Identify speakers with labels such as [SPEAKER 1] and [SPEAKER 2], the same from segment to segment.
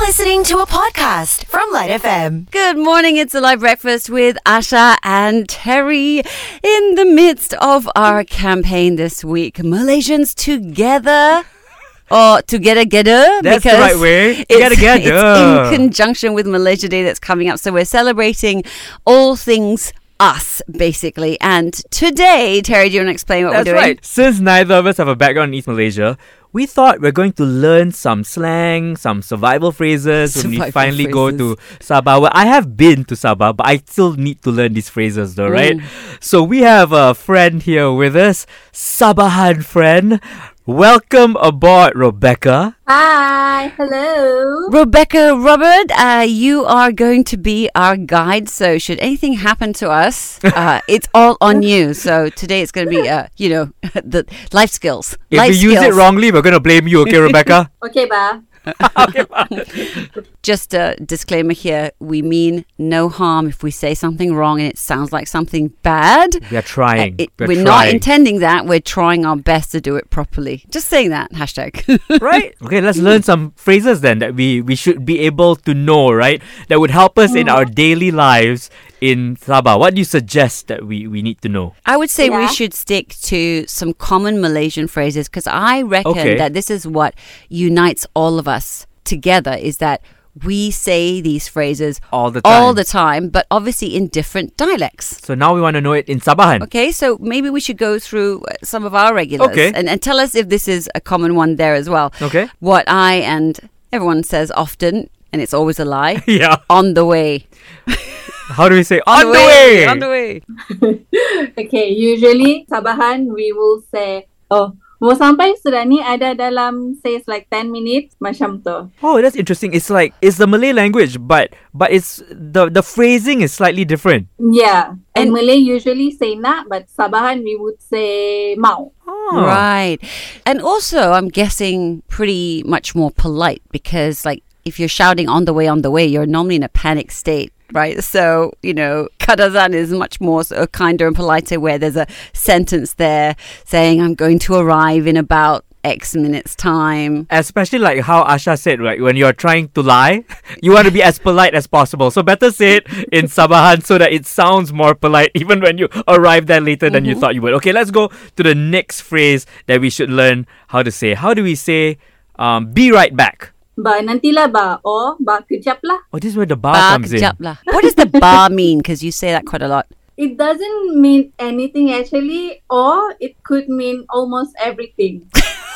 [SPEAKER 1] listening to a podcast from Light FM.
[SPEAKER 2] Good morning. It's a live breakfast with Asha and Terry in the midst of our campaign this week. Malaysians together. Or together, together.
[SPEAKER 3] That's the right way.
[SPEAKER 2] It's,
[SPEAKER 3] Together, together.
[SPEAKER 2] it's in conjunction with Malaysia Day that's coming up. So we're celebrating all things us, basically. And today, Terry, do you want to explain what
[SPEAKER 3] That's
[SPEAKER 2] we're doing?
[SPEAKER 3] right. Since neither of us have a background in East Malaysia, we thought we're going to learn some slang, some survival phrases when
[SPEAKER 2] Survival
[SPEAKER 3] we finally go
[SPEAKER 2] phrases.
[SPEAKER 3] to Sabah. Well, I have been to Sabah, but I still need to learn these phrases though, right?
[SPEAKER 2] Mm.
[SPEAKER 3] So we have a friend here with us, Sabahan friend. Welcome aboard, Rebecca.
[SPEAKER 4] Hi, hello.
[SPEAKER 2] Rebecca Robert, uh, you are going to be our guide. So, should anything happen to us, uh, it's all on you. So, today it's going to be, uh, you know, the life skills.
[SPEAKER 3] If
[SPEAKER 2] life
[SPEAKER 3] we use it
[SPEAKER 2] skills.
[SPEAKER 3] wrongly, we're going to blame you, okay, Rebecca?
[SPEAKER 4] Okay, ba.
[SPEAKER 2] Just a disclaimer here we mean no harm if we say something wrong and it sounds like something bad. Uh,
[SPEAKER 3] We are trying.
[SPEAKER 2] It-
[SPEAKER 3] we're
[SPEAKER 2] we're not
[SPEAKER 3] trying.
[SPEAKER 2] intending that. We're trying our best to do it properly. Just saying that. Hashtag.
[SPEAKER 3] right? Okay, let's learn some phrases then that we, we should be able to know, right? That would help us in our daily lives in Sabah. What do you suggest that we, we need to know?
[SPEAKER 2] I would say we
[SPEAKER 4] Yeah.
[SPEAKER 2] should stick to some common Malaysian phrases because I reckon
[SPEAKER 3] Okay.
[SPEAKER 2] that this is what unites all of us together is that we say these phrases
[SPEAKER 3] All the
[SPEAKER 2] all
[SPEAKER 3] time.
[SPEAKER 2] the time, but obviously in different dialects.
[SPEAKER 3] So now we want to know it in Sabahan.
[SPEAKER 2] Okay, so maybe we should go through uh, some of our regulars
[SPEAKER 3] Okay.
[SPEAKER 2] and, and tell us if this is a common one there as well.
[SPEAKER 3] Okay.
[SPEAKER 2] What I and everyone says often, and it's always a lie,
[SPEAKER 3] Yeah.
[SPEAKER 2] on the way.
[SPEAKER 3] How do we say on, the way?
[SPEAKER 2] On the way.
[SPEAKER 4] Okay, usually Sabahan we will say, oh, mau sampai sudah ni ada dalam says like 10 minutes macam tu.
[SPEAKER 3] Oh, that's interesting. It's like it's the Malay language, but but it's the the phrasing is slightly different.
[SPEAKER 4] Yeah,
[SPEAKER 2] And-
[SPEAKER 4] and Malay usually say nak, but Sabahan we would say mau.
[SPEAKER 3] Oh.
[SPEAKER 2] Right. And also, I'm guessing pretty much more polite because, like, if you're shouting on the way, on the way, you're normally in a panic state. Right, so you know, Kadazan is much more sort of kinder and politer. Where there's a sentence there saying, "I'm going to arrive in about X minutes time."
[SPEAKER 3] Especially like how Asha said, right? When you're trying to lie, you want to be as polite as possible. So better say it in Sabahan so that it sounds more polite, even when you arrive there later than
[SPEAKER 2] Mm-hmm.
[SPEAKER 3] you thought you would. Okay, let's go to the next phrase that we should learn how to say. How do we say, um, be right back?
[SPEAKER 4] Ba nantilah ba, or ba kejap lah.
[SPEAKER 3] Oh, this is where the bar
[SPEAKER 2] Bar
[SPEAKER 3] comes in.
[SPEAKER 2] kejap lah. What does the bar mean? Because you say that quite a lot.
[SPEAKER 4] It doesn't mean anything actually, or it could mean almost everything.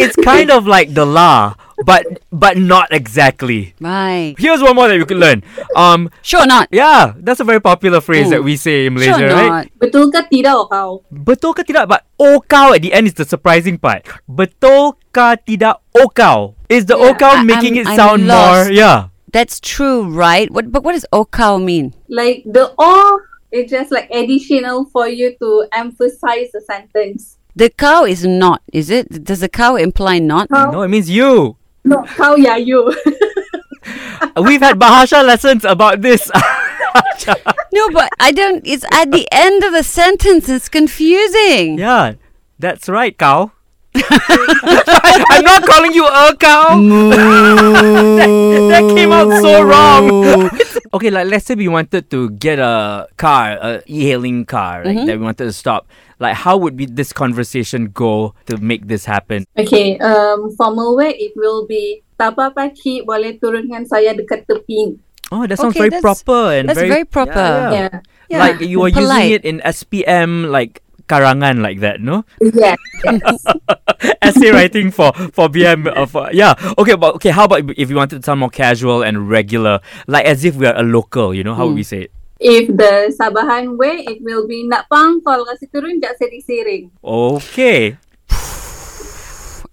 [SPEAKER 3] It's kind of like the la, but but not exactly.
[SPEAKER 2] Right?
[SPEAKER 3] Here's one more that you could learn. Um,
[SPEAKER 2] Sure, not.
[SPEAKER 3] yeah, that's a very popular phrase
[SPEAKER 2] Ooh.
[SPEAKER 3] that we say in Malaysia,
[SPEAKER 2] Sure, not.
[SPEAKER 3] right?
[SPEAKER 4] Betul ke tidak oh, kau?
[SPEAKER 3] Betul ke tidak? But okau at the end is the surprising part. Betul ke tidak okau? Is the
[SPEAKER 4] Yeah,
[SPEAKER 2] I-
[SPEAKER 3] okau making
[SPEAKER 2] I'm-
[SPEAKER 3] it
[SPEAKER 2] I'm
[SPEAKER 3] sound
[SPEAKER 2] lost.
[SPEAKER 3] more? Yeah.
[SPEAKER 2] That's true, right? What? But what does okao mean?
[SPEAKER 4] like the or it's just like additional for you to emphasize the sentence.
[SPEAKER 2] The cow is not, is it? Does the cow imply not?
[SPEAKER 4] How,
[SPEAKER 3] No, it means you.
[SPEAKER 4] no. how yeah ya, you?
[SPEAKER 3] We've had Bahasa lessons about this.
[SPEAKER 2] No, but I don't. It's at the end of the sentence. It's confusing.
[SPEAKER 3] yeah, that's right, cow. I'm not calling you a cow. that, that came out so wrong. okay, like let's say we wanted to get a car, a e-hailing car,
[SPEAKER 2] Mm-hmm.
[SPEAKER 3] like that we wanted to stop. Like, how would be this conversation go to make this happen?
[SPEAKER 4] okay, um, formal way it will be tak apa-apa Cik, boleh turunkan saya dekat tepi. Ya.
[SPEAKER 3] Oh, that sounds
[SPEAKER 2] Okay,
[SPEAKER 3] very
[SPEAKER 2] that's-
[SPEAKER 3] proper and
[SPEAKER 2] that's very proper.
[SPEAKER 3] Yeah,
[SPEAKER 4] Yeah.
[SPEAKER 3] yeah.
[SPEAKER 2] Yeah.
[SPEAKER 3] Like you are
[SPEAKER 2] Polite.
[SPEAKER 3] using it in SPM, like karangan, like that, no?
[SPEAKER 4] Yeah.
[SPEAKER 3] Essay writing for for BM. Uh, for, yeah. Okay, but okay. How about if you wanted to sound more casual and regular, like as if we are a local? You know, how would
[SPEAKER 2] Hmm.
[SPEAKER 3] we say it?
[SPEAKER 4] If the Sabahan way, it will be nak pang kalau kasi turun jak saya disiring.
[SPEAKER 3] Okay.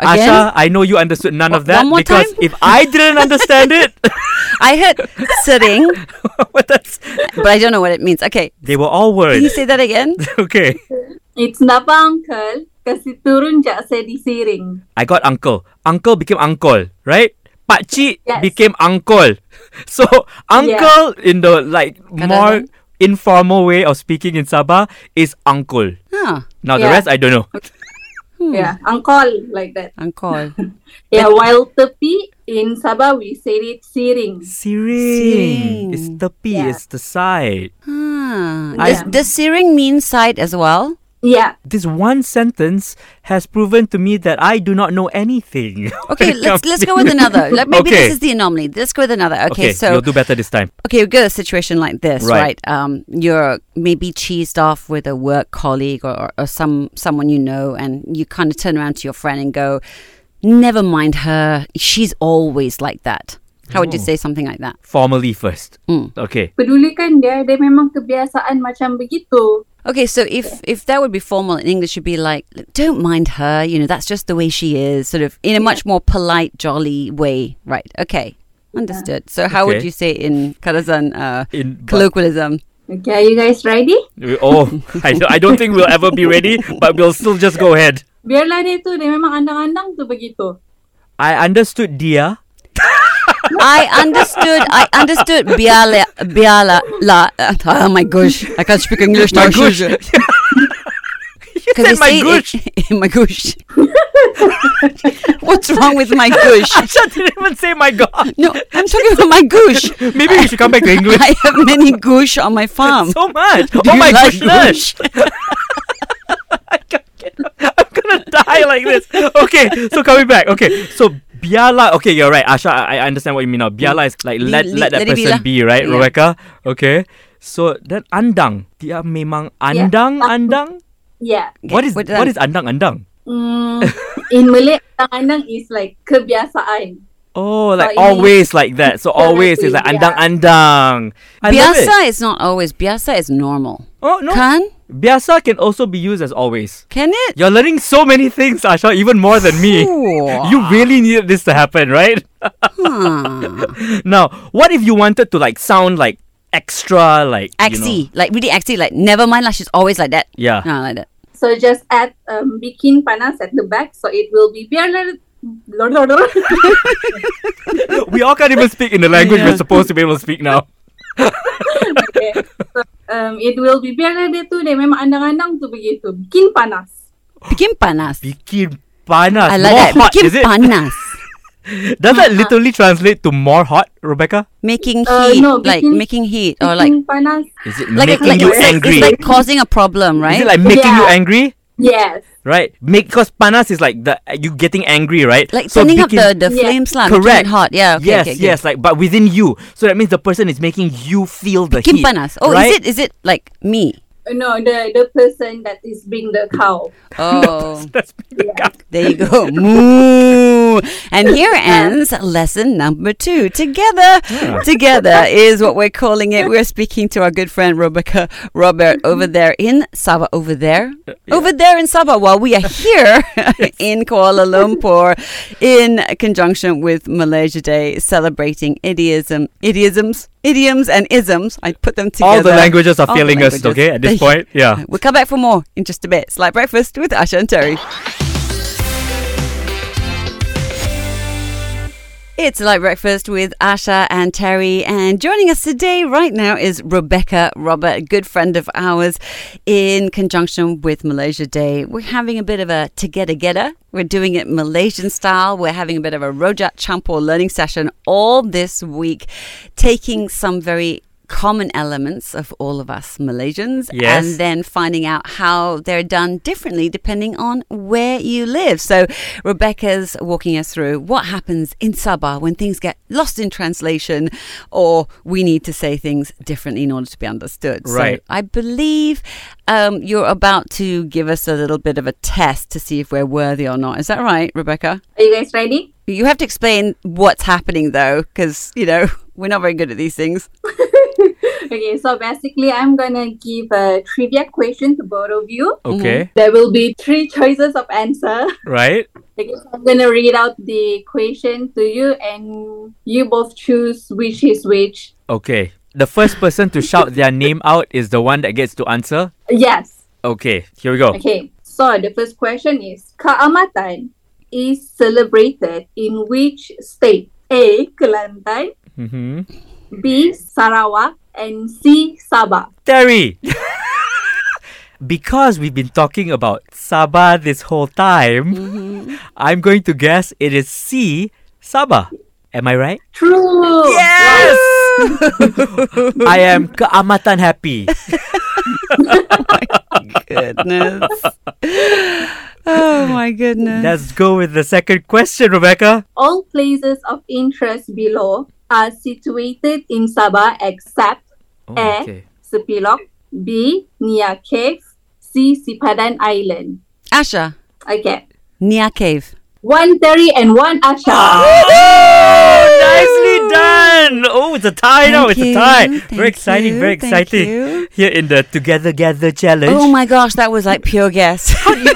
[SPEAKER 2] Again,
[SPEAKER 3] Asha, I know you understood none of
[SPEAKER 2] Wha-
[SPEAKER 3] that
[SPEAKER 2] one more
[SPEAKER 3] because
[SPEAKER 2] time?
[SPEAKER 3] if I didn't understand it,
[SPEAKER 2] I heard sitting,
[SPEAKER 3] well, that's,
[SPEAKER 2] but I don't know what it means. Okay,
[SPEAKER 3] they were all
[SPEAKER 2] can you
[SPEAKER 3] words.
[SPEAKER 2] say that again?
[SPEAKER 3] Okay.
[SPEAKER 4] It's nak pang kel kasi turun jak saya disiring.
[SPEAKER 3] I got uncle. Uncle became uncle, right? Pakchi
[SPEAKER 4] Yes.
[SPEAKER 3] became uncle. So uncle in the like more
[SPEAKER 2] Kadang-kadang.
[SPEAKER 3] informal way of speaking in Sabah is uncle.
[SPEAKER 2] Huh.
[SPEAKER 3] Now the
[SPEAKER 4] Yeah.
[SPEAKER 3] rest I don't know.
[SPEAKER 2] Hmm.
[SPEAKER 4] Yeah, Ya, angkol like that.
[SPEAKER 2] Angkol.
[SPEAKER 4] Yeah, while tepi in Sabah we say it siring.
[SPEAKER 3] Siring.
[SPEAKER 2] Siring.
[SPEAKER 3] It's tepi.
[SPEAKER 4] Yeah.
[SPEAKER 3] It's the side.
[SPEAKER 2] Ah. Does,
[SPEAKER 4] Yeah.
[SPEAKER 2] does searing mean side as well?
[SPEAKER 4] Yeah,
[SPEAKER 3] This one sentence has proven to me that I do not know anything.
[SPEAKER 2] Okay, let's let's go with another. Like maybe
[SPEAKER 3] Okay.
[SPEAKER 2] this is the anomaly. Let's go with another. Okay,
[SPEAKER 3] Okay,
[SPEAKER 2] so
[SPEAKER 3] you'll do better this time.
[SPEAKER 2] okay, we've got a situation like this,
[SPEAKER 3] Right.
[SPEAKER 2] right? Um, you're maybe cheesed off with a work colleague or, or, or some someone you know, and you kind of turn around to your friend and go, "Never mind her. She's always like that." How would you
[SPEAKER 3] Oh.
[SPEAKER 2] say something like that?
[SPEAKER 3] Formally first.
[SPEAKER 2] Mm.
[SPEAKER 3] Okay.
[SPEAKER 4] pedulikan dia, dia memang kebiasaan macam begitu.
[SPEAKER 2] Okay, so if if that would be formal in English, you'd be like, "Look, "Don't mind her. You know, that's just the way she is." Sort of in a much more polite, jolly way, right? Okay, understood. So how would
[SPEAKER 3] Okay.
[SPEAKER 2] you say in Karazan uh,
[SPEAKER 3] In but-
[SPEAKER 2] colloquialism?
[SPEAKER 4] Okay, are you guys ready?
[SPEAKER 3] we- oh, I, don't- I don't think we'll ever be ready, but we'll still just go ahead.
[SPEAKER 4] Biarlah dia tu, dia memang andang-andang tu begitu.
[SPEAKER 3] I understood dia.
[SPEAKER 2] I understood. I understood. Biala, biala, la. uh, oh my gosh, I can't speak English. now,
[SPEAKER 3] My gosh.
[SPEAKER 2] shush.
[SPEAKER 3] You
[SPEAKER 2] Because
[SPEAKER 3] said
[SPEAKER 2] they
[SPEAKER 3] my
[SPEAKER 2] say
[SPEAKER 3] gosh.
[SPEAKER 2] it- eh, my gosh. What's wrong with my gosh?
[SPEAKER 3] I didn't even say my god.
[SPEAKER 2] No, I'm talking about my gosh.
[SPEAKER 3] Maybe we should come back to English.
[SPEAKER 2] I have many gosh on my farm.
[SPEAKER 3] so much.
[SPEAKER 2] Do
[SPEAKER 3] oh
[SPEAKER 2] you
[SPEAKER 3] my
[SPEAKER 2] like
[SPEAKER 3] goodness.
[SPEAKER 2] gosh?
[SPEAKER 3] I'm gonna die like this. Okay, so coming back. Okay, so biala. Okay, you're right, Asha. I, I understand what you mean now. Biala is like let
[SPEAKER 2] le-
[SPEAKER 3] let that
[SPEAKER 2] let it be
[SPEAKER 3] person
[SPEAKER 2] lah.
[SPEAKER 3] be, right,
[SPEAKER 2] Yeah.
[SPEAKER 3] Rebecca? Okay. So then andang. Dia memang
[SPEAKER 4] Yeah.
[SPEAKER 3] andang andang.
[SPEAKER 4] Yeah.
[SPEAKER 3] What is
[SPEAKER 2] what
[SPEAKER 3] what is andang andang?
[SPEAKER 4] Mm, in Malay, andang-andang is like kebiasaan.
[SPEAKER 3] Oh, like
[SPEAKER 4] it means-
[SPEAKER 3] always like that. So always is like
[SPEAKER 4] Yeah.
[SPEAKER 3] andang andang. I love it.
[SPEAKER 2] Biasa is not always. Biasa is normal.
[SPEAKER 3] Oh no.
[SPEAKER 2] Can
[SPEAKER 3] Biasa can also be used as always.
[SPEAKER 2] can it?
[SPEAKER 3] You're learning so many things, Asha, even more than me.
[SPEAKER 2] Ooh.
[SPEAKER 3] You really needed this to happen, right?
[SPEAKER 2] Huh.
[SPEAKER 3] Now, what if you wanted to like sound like extra, like you
[SPEAKER 2] Axie,
[SPEAKER 3] know-
[SPEAKER 2] like really axie, like never mind lah. She's always like that.
[SPEAKER 3] yeah.
[SPEAKER 2] Ah, like that.
[SPEAKER 4] So just add um, bikin panas at the back, so it will be biarlah.
[SPEAKER 3] we all can't even speak in the language
[SPEAKER 2] Yeah.
[SPEAKER 3] we're supposed to be able to speak now.
[SPEAKER 4] okay. So, um, it will be biarlah dia tu, dia memang andang-andang tu begitu. Bikin panas.
[SPEAKER 2] Bikin panas.
[SPEAKER 3] Bikin panas.
[SPEAKER 2] I like
[SPEAKER 3] more
[SPEAKER 2] that.
[SPEAKER 3] hot,
[SPEAKER 2] Bikin
[SPEAKER 3] is it?
[SPEAKER 2] panas.
[SPEAKER 3] Does that literally translate to more hot, Rebecca?
[SPEAKER 2] Making
[SPEAKER 4] Uh,
[SPEAKER 2] heat,
[SPEAKER 4] no,
[SPEAKER 2] like
[SPEAKER 4] bikin-
[SPEAKER 2] making heat or Oh, like
[SPEAKER 4] Bikin panas.
[SPEAKER 3] Is it
[SPEAKER 2] like,
[SPEAKER 3] making
[SPEAKER 2] like
[SPEAKER 3] you
[SPEAKER 2] it's, like-
[SPEAKER 3] angry?
[SPEAKER 2] it's like causing a problem, right?
[SPEAKER 3] Is it like making you
[SPEAKER 4] Yeah.
[SPEAKER 3] angry?
[SPEAKER 4] Yes.
[SPEAKER 3] Right? Make because panas is like the you getting angry, right?
[SPEAKER 2] Like
[SPEAKER 3] So
[SPEAKER 2] turning
[SPEAKER 3] bikin-
[SPEAKER 2] up the, the
[SPEAKER 4] Yeah.
[SPEAKER 2] flames lah, making
[SPEAKER 3] Correct.
[SPEAKER 2] it hot. Yeah. Okay,
[SPEAKER 3] yes,
[SPEAKER 2] okay, okay.
[SPEAKER 3] yes, like but within you. So that means the person is making you feel the
[SPEAKER 2] Bikin
[SPEAKER 3] heat.
[SPEAKER 2] panas. Oh,
[SPEAKER 3] right?
[SPEAKER 2] is it is it like me?
[SPEAKER 4] Uh, No, the the person that is being the cow.
[SPEAKER 2] Oh,
[SPEAKER 3] That's the guy.
[SPEAKER 2] there you go. Moo. And here ends lesson number two. Together,
[SPEAKER 3] Ah.
[SPEAKER 2] together is what we're calling it. We're speaking to our good friend Rebecca Robert
[SPEAKER 3] Mm-hmm.
[SPEAKER 2] over there in Sabah, over there,
[SPEAKER 3] Uh,
[SPEAKER 2] over there in Sabah, while we are here in Kuala Lumpur in conjunction with Malaysia Day, celebrating idioms, idioms, idioms, and isms. I put them together.
[SPEAKER 3] All the languages are
[SPEAKER 2] All the
[SPEAKER 3] failing us,
[SPEAKER 2] languages.
[SPEAKER 3] okay, at this
[SPEAKER 2] There you-
[SPEAKER 3] point. Yeah.
[SPEAKER 2] We'll come back for more in just a bit. It's like breakfast with Asha and Terry. It's like breakfast with Asha and Terry, and joining us today right now is Rebecca Robert, a good friend of ours. In conjunction with Malaysia Day, we're having a bit of a together getter. We're doing it Malaysian style. We're having a bit of a Rojak Champur learning session all this week, taking some very common elements of all of us Malaysians
[SPEAKER 3] Yes.
[SPEAKER 2] and then finding out how they're done differently depending on where you live. So Rebecca's walking us through what happens in Sabah when things get lost in translation or we need to say things differently in order to be understood.
[SPEAKER 3] Right.
[SPEAKER 2] So I believe um, you're about to give us a little bit of a test to see if we're worthy or not. Is that right, Rebecca?
[SPEAKER 4] Are you guys ready?
[SPEAKER 2] You have to explain what's happening though, because, you know, we're not very good at these things.
[SPEAKER 4] Okay, so basically, I'm gonna give a trivia question to both of you.
[SPEAKER 3] Okay.
[SPEAKER 4] There will be three choices of answer.
[SPEAKER 3] Right?
[SPEAKER 4] Okay, so I'm gonna read out the question to you, and you both choose which is which.
[SPEAKER 3] Okay. The first person to shout their name out is the one that gets to answer.
[SPEAKER 4] Yes.
[SPEAKER 3] Okay, here we go.
[SPEAKER 4] Okay. So the first question is: Kaamatan is celebrated in which state? A. Kelantan.
[SPEAKER 3] hmm
[SPEAKER 4] B. Sarawak. And C. Sabah.
[SPEAKER 3] Terry. because we've been talking about Sabah this whole time,
[SPEAKER 4] Mm-hmm.
[SPEAKER 3] I'm going to guess it is C, Sabah. Am I right?
[SPEAKER 4] True.
[SPEAKER 3] Yes! I am keamatan happy.
[SPEAKER 2] goodness. oh my goodness.
[SPEAKER 3] Let's go with the second question, Rebecca.
[SPEAKER 4] All places of interest below are situated in Sabah except
[SPEAKER 3] Oh,
[SPEAKER 4] Eh.
[SPEAKER 3] okay.
[SPEAKER 4] Sepilok, B. Nia Cave, C. Sipadan Island.
[SPEAKER 2] Asha,
[SPEAKER 4] Okay.
[SPEAKER 2] Nia Cave.
[SPEAKER 4] One Terry and one Asha.
[SPEAKER 3] Oh, Nicely done! Oh, it's a tie now.
[SPEAKER 2] Thank
[SPEAKER 3] It's a
[SPEAKER 2] you,
[SPEAKER 3] tie.
[SPEAKER 2] thank
[SPEAKER 3] Very exciting.
[SPEAKER 2] you,
[SPEAKER 3] Very
[SPEAKER 2] thank
[SPEAKER 3] exciting.
[SPEAKER 2] you.
[SPEAKER 3] Here in the Together Gather Challenge.
[SPEAKER 2] Oh my gosh, that was like pure guess.
[SPEAKER 3] But you,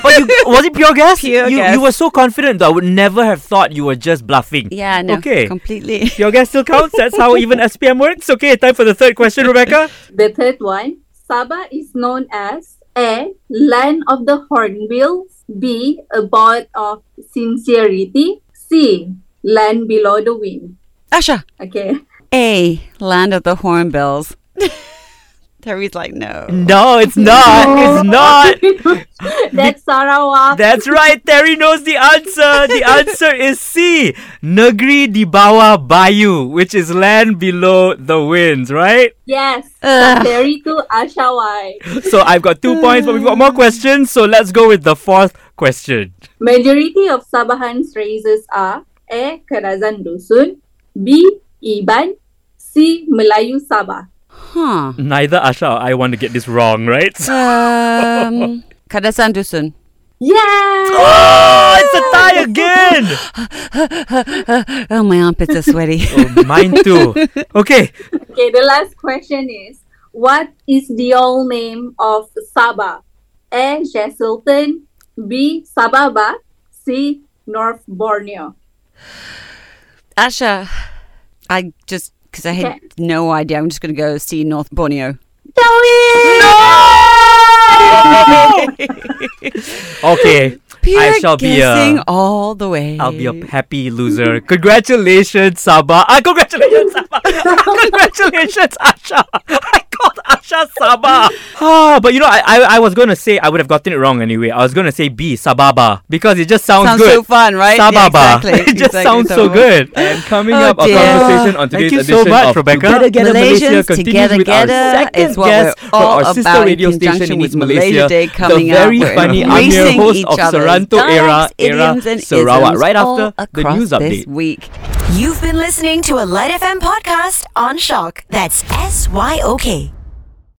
[SPEAKER 3] was it pure guess?
[SPEAKER 2] Pure
[SPEAKER 3] you,
[SPEAKER 2] guess.
[SPEAKER 3] you were so confident that I would never have thought you were just bluffing.
[SPEAKER 2] yeah, no,
[SPEAKER 3] Okay.
[SPEAKER 2] completely.
[SPEAKER 3] Your guess still counts. That's how even SPM works. Okay, time for the third question, Rebecca.
[SPEAKER 4] the third one. Sabah is known as A. Land of the Hornbills. B. Abode of Sincerity. C. Land below the wind.
[SPEAKER 2] Asha,
[SPEAKER 4] Okay.
[SPEAKER 2] A, Land of the Hornbills. Terry's like, no.
[SPEAKER 3] No, it's not. It's not.
[SPEAKER 4] That's Sarawak.
[SPEAKER 3] That's right. Terry knows the answer. The answer is C. Negeri di bawah bayu, which is land below the winds, right?
[SPEAKER 4] yes.
[SPEAKER 3] Ah.
[SPEAKER 2] Ugh.
[SPEAKER 4] Terry to Asha Y.
[SPEAKER 3] So I've got two points, but we've got more questions. So let's go with the fourth question.
[SPEAKER 4] Majority of Sabahan's races are A. Kerazan Dusun B. Iban C. Melayu Sabah
[SPEAKER 2] Huh.
[SPEAKER 3] Neither Asha or I want to get this wrong, right?
[SPEAKER 2] Um, Kadasan Dusun.
[SPEAKER 4] Yeah!
[SPEAKER 3] Oh, it's a tie again.
[SPEAKER 2] Oh, my armpits are sweaty.
[SPEAKER 3] Oh, mine too. Okay.
[SPEAKER 4] Okay, the last question is What is the old name of Sabah? A. Jesselton B. Sababa C. North Borneo
[SPEAKER 2] Asha, I just, because I had
[SPEAKER 4] Okay.
[SPEAKER 2] no idea, I'm just going to go see North Borneo.
[SPEAKER 3] Okay.
[SPEAKER 2] Pure
[SPEAKER 3] I shall be uh,
[SPEAKER 2] guessing
[SPEAKER 3] a.
[SPEAKER 2] all the way.
[SPEAKER 3] I'll be a happy loser. Congratulations, Sabah. Ah, congratulations, Sabah. congratulations, Asha. I called Asha Sabah. Ah, but you know, I, I, I was going to say, I would have gotten it wrong anyway. I was going to say B, Sababa, because it just
[SPEAKER 2] Sounds
[SPEAKER 3] sounds, good.
[SPEAKER 2] so fun, right? Yeah,
[SPEAKER 3] Sababa.
[SPEAKER 2] exactly.
[SPEAKER 3] It just
[SPEAKER 2] Exactly,
[SPEAKER 3] sounds so
[SPEAKER 2] Sababa.
[SPEAKER 3] good.
[SPEAKER 5] uh, And coming
[SPEAKER 2] Oh,
[SPEAKER 5] up, our
[SPEAKER 2] dear.
[SPEAKER 5] conversation on
[SPEAKER 3] Thank
[SPEAKER 5] today's
[SPEAKER 3] you so
[SPEAKER 5] edition
[SPEAKER 3] much,
[SPEAKER 5] of
[SPEAKER 3] Rebecca.
[SPEAKER 5] Together Gather
[SPEAKER 2] Malayasians
[SPEAKER 5] Malaysia continues
[SPEAKER 2] Together
[SPEAKER 5] with our
[SPEAKER 2] Gather
[SPEAKER 5] second
[SPEAKER 2] is what
[SPEAKER 5] guest
[SPEAKER 2] we're
[SPEAKER 5] from
[SPEAKER 2] all
[SPEAKER 5] our sister
[SPEAKER 2] about in
[SPEAKER 5] radio station
[SPEAKER 2] conjunction
[SPEAKER 5] in
[SPEAKER 2] with
[SPEAKER 5] East
[SPEAKER 2] Malaysia
[SPEAKER 5] Malaysia,
[SPEAKER 2] Day coming
[SPEAKER 5] the very
[SPEAKER 2] up. We're
[SPEAKER 5] funny I'm your
[SPEAKER 2] embracing
[SPEAKER 5] host
[SPEAKER 2] each
[SPEAKER 5] of
[SPEAKER 2] other's
[SPEAKER 5] Saranto era
[SPEAKER 2] dialects,
[SPEAKER 5] era
[SPEAKER 2] idioms, and
[SPEAKER 5] Sarawak.
[SPEAKER 2] isms
[SPEAKER 5] Right
[SPEAKER 2] all
[SPEAKER 5] after the
[SPEAKER 2] across
[SPEAKER 5] news
[SPEAKER 2] this
[SPEAKER 5] update.
[SPEAKER 2] week.
[SPEAKER 1] You've been listening to a Light FM podcast on Shock. That's S Y O K.